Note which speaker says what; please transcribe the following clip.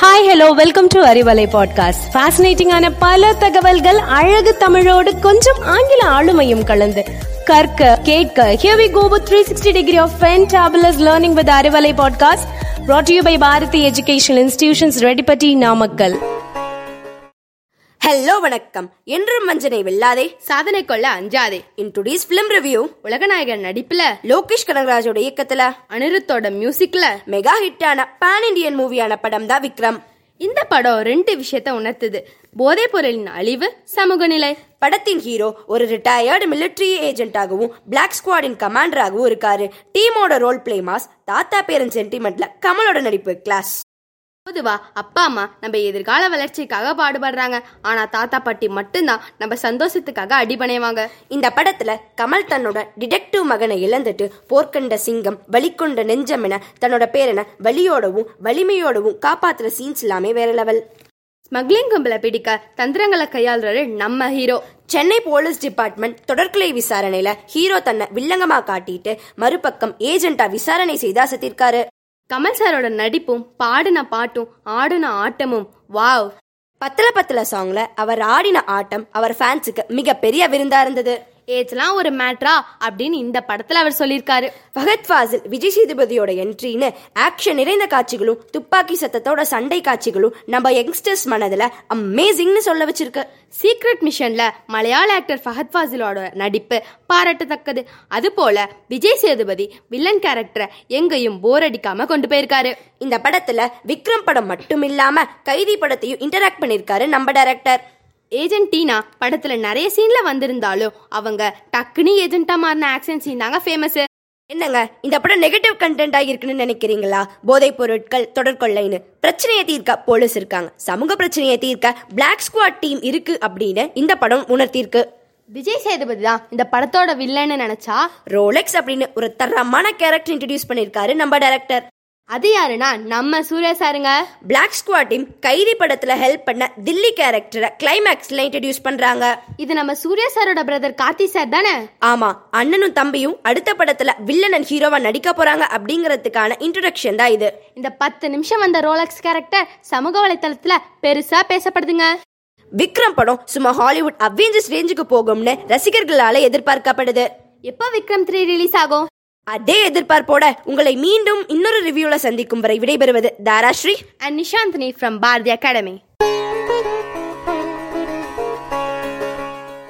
Speaker 1: hi hello welcome to Arivalai podcast ஃபேசினேட்டிங்கான பல தகவல்கள் அழகு தமிழோடு கொஞ்சம் ஆங்கில ஆளுமையும் கலந்து கற்க கேட்க here we go with 360 degree of fantabulous learning with Arivalai podcast brought to you by Bharathi education institutions Reddipatti Namakkal
Speaker 2: hello வணக்கம் என்றும் வஞ்சனை வெல்லாதே
Speaker 3: சாதனை கொள்ள அஞ்சாதே
Speaker 2: இன் டுடேஸ் ஃபிலிம் ரிவ்யூ
Speaker 3: உலகநாயகன் நடிப்புல
Speaker 2: லோகேஷ் கனகராஜோட இயக்கத்துல
Speaker 3: அனிருத்தோட மியூசிக்ல
Speaker 2: மெகா ஹிட்டான பான் இண்டியன் மூவியான படம் தான் விக்ரம்
Speaker 3: இந்த படம் ரெண்டு விஷயத்த உணர்த்துது போதைப் பொருளின் அழிவு சமூக நிலை
Speaker 2: படத்தின் ஹீரோ ஒரு ரிட்டையர்டு மிலிட்ரி ஏஜென்ட்டாகவும் பிளாக் ஸ்குவாடின் கமாண்டராகவும் இருக்காரு டீமோட ரோல் பிளே மாஸ் தாத்தா பேரன் சென்டிமெண்ட்ல கமலோட நடிப்பு கிளாஸ்
Speaker 3: பொதுவா அப்பா அம்மா நம்ம எதிர்கால வளர்ச்சிக்காக பாடுபடுறாங்க ஆனா தாத்தா பாட்டி மட்டும்தான் நம்ம சந்தோஷத்துக்காக அடிபணைவாங்க
Speaker 2: இந்த படத்துல கமல் தன்னோட டிடெக்டிவ் மகனை இழந்துட்டு போர்க்கண்ட சிங்கம் வலிக்கொண்ட நெஞ்சம் என தன்னோட பேரனை வலியோடவும் வலிமையோடவும் காப்பாத்துற சீன்ஸ் எல்லாமே வேற லெவல்
Speaker 3: ஸ்மக்லிங் கும்பலை பிடிக்க தந்திரங்களை கையாளுறாரு நம்ம ஹீரோ
Speaker 2: சென்னை போலீஸ் டிபார்ட்மெண்ட் தொடர்கலை விசாரணையில ஹீரோ தன்னை வில்லங்கமா காட்டிட்டு மறுபக்கம் ஏஜென்ட்டா விசாரணை செய்து அசத்திருக்காரு
Speaker 3: கமல் சாரோட நடிப்பும் பாடின பாட்டும் ஆடின ஆட்டமும் வாவ்
Speaker 2: பத்தல பத்தல சாங்ல அவர் ஆடின ஆட்டம் அவர் ஃபேன்ஸுக்கு மிகப்பெரிய விருந்தா இருந்தது
Speaker 3: ஏஜ்லாம் ஒரு மேட்ரா அப்படின்னு இந்த படத்துல அவர் சொல்லியிருக்காரு
Speaker 2: ஃபகத் ஃபாசில் விஜய் சேதுபதியோட என்ட்ரின்னு ஆக்ஷன் நிறைந்த காட்சிகளும் துப்பாக்கி சத்தத்தோட சண்டை காட்சிகளும் நம்ம யங்ஸ்டர்ஸ் மனதுல அமேசிங்னு சொல்ல வச்சிருக்கு
Speaker 3: சீக்ரெட் மிஷன்ல மலையாள ஆக்டர் ஃபஹத் ஃபாசிலோட நடிப்பு பாராட்டத்தக்கது அதுபோல விஜய் சேதுபதி வில்லன் கேரக்டரை எங்கேயும் போர் அடிக்காம கொண்டு போயிருக்காரு
Speaker 2: இந்த படத்துல விக்ரம் படம் மட்டும் இல்லாம கைதி படத்தையும் இன்டராக்ட் பண்ணிருக்காரு நம்ம டைரக்டர்
Speaker 3: ஏஜென்ட் டீனா படத்துல நிறைய சீன்ல வந்திருந்தாலும் அவங்க டக்குனி ஏஜென்ட்டா மாறின ஆக்ஷன் சீன் தாங்க ஃபேமஸ்
Speaker 2: என்னங்க இந்த படம் நெகட்டிவ் கண்டென்ட் இருக்குன்னு நினைக்கிறீங்களா போதைப் பொருட்கள் தொடர்கொள்ளைன்னு பிரச்சனையை தீர்க்க போலீஸ் இருக்காங்க சமூக பிரச்சனையை தீர்க்க பிளாக் ஸ்குவாட் டீம் இருக்கு அப்படின்னு இந்த படம் உணர்த்தியிருக்கு
Speaker 3: விஜய் சேதுபதி தான் இந்த படத்தோட வில்லன்னு நினைச்சா
Speaker 2: ரோலெக்ஸ் அப்படின்னு ஒரு தரமான கேரக்டர் இன்ட்ரடியூஸ் பண்ணியிருக்காரு நம்ம டைரக்டர்
Speaker 3: அது யாருன்னா நம்ம சூர்யா சாருங்க
Speaker 2: பிளாக் ஸ்குவாட் டீம் கைதி படத்துல ஹெல்ப் பண்ண தில்லி கேரக்டரை கிளைமேக்ஸ்ல இன்ட்ரடியூஸ் பண்றாங்க
Speaker 3: இது நம்ம சூர்யா சாரோட பிரதர் கார்த்தி சார் தானே
Speaker 2: ஆமா அண்ணனும் தம்பியும் அடுத்த படத்துல வில்லன் and ஹீரோவா நடிக்க போறாங்க அப்படிங்கறதுக்கான இன்ட்ரடக்ஷன் தான் இது
Speaker 3: இந்த பத்து நிமிஷம் வந்த ரோலக்ஸ் கேரக்டர் சமூக வலைத்தளத்துல பெருசா பேசப்படுதுங்க
Speaker 2: விக்ரம் படம் சும்மா ஹாலிவுட் அவெஞ்சர்ஸ் ரேஞ்சுக்கு போகும்னு ரசிகர்களால எதிர்பார்க்கப்படுது
Speaker 3: எப்போ விக்ரம் த்ரீ ரிலீஸ் ஆகும்
Speaker 2: அதே எதிர்பார்ப்போட உங்களை மீண்டும் இன்னொரு ரிவ்யூல சந்திக்கும் வரை விடைபெறுவது Tharasri
Speaker 3: and Nishanthini from Bharathi academy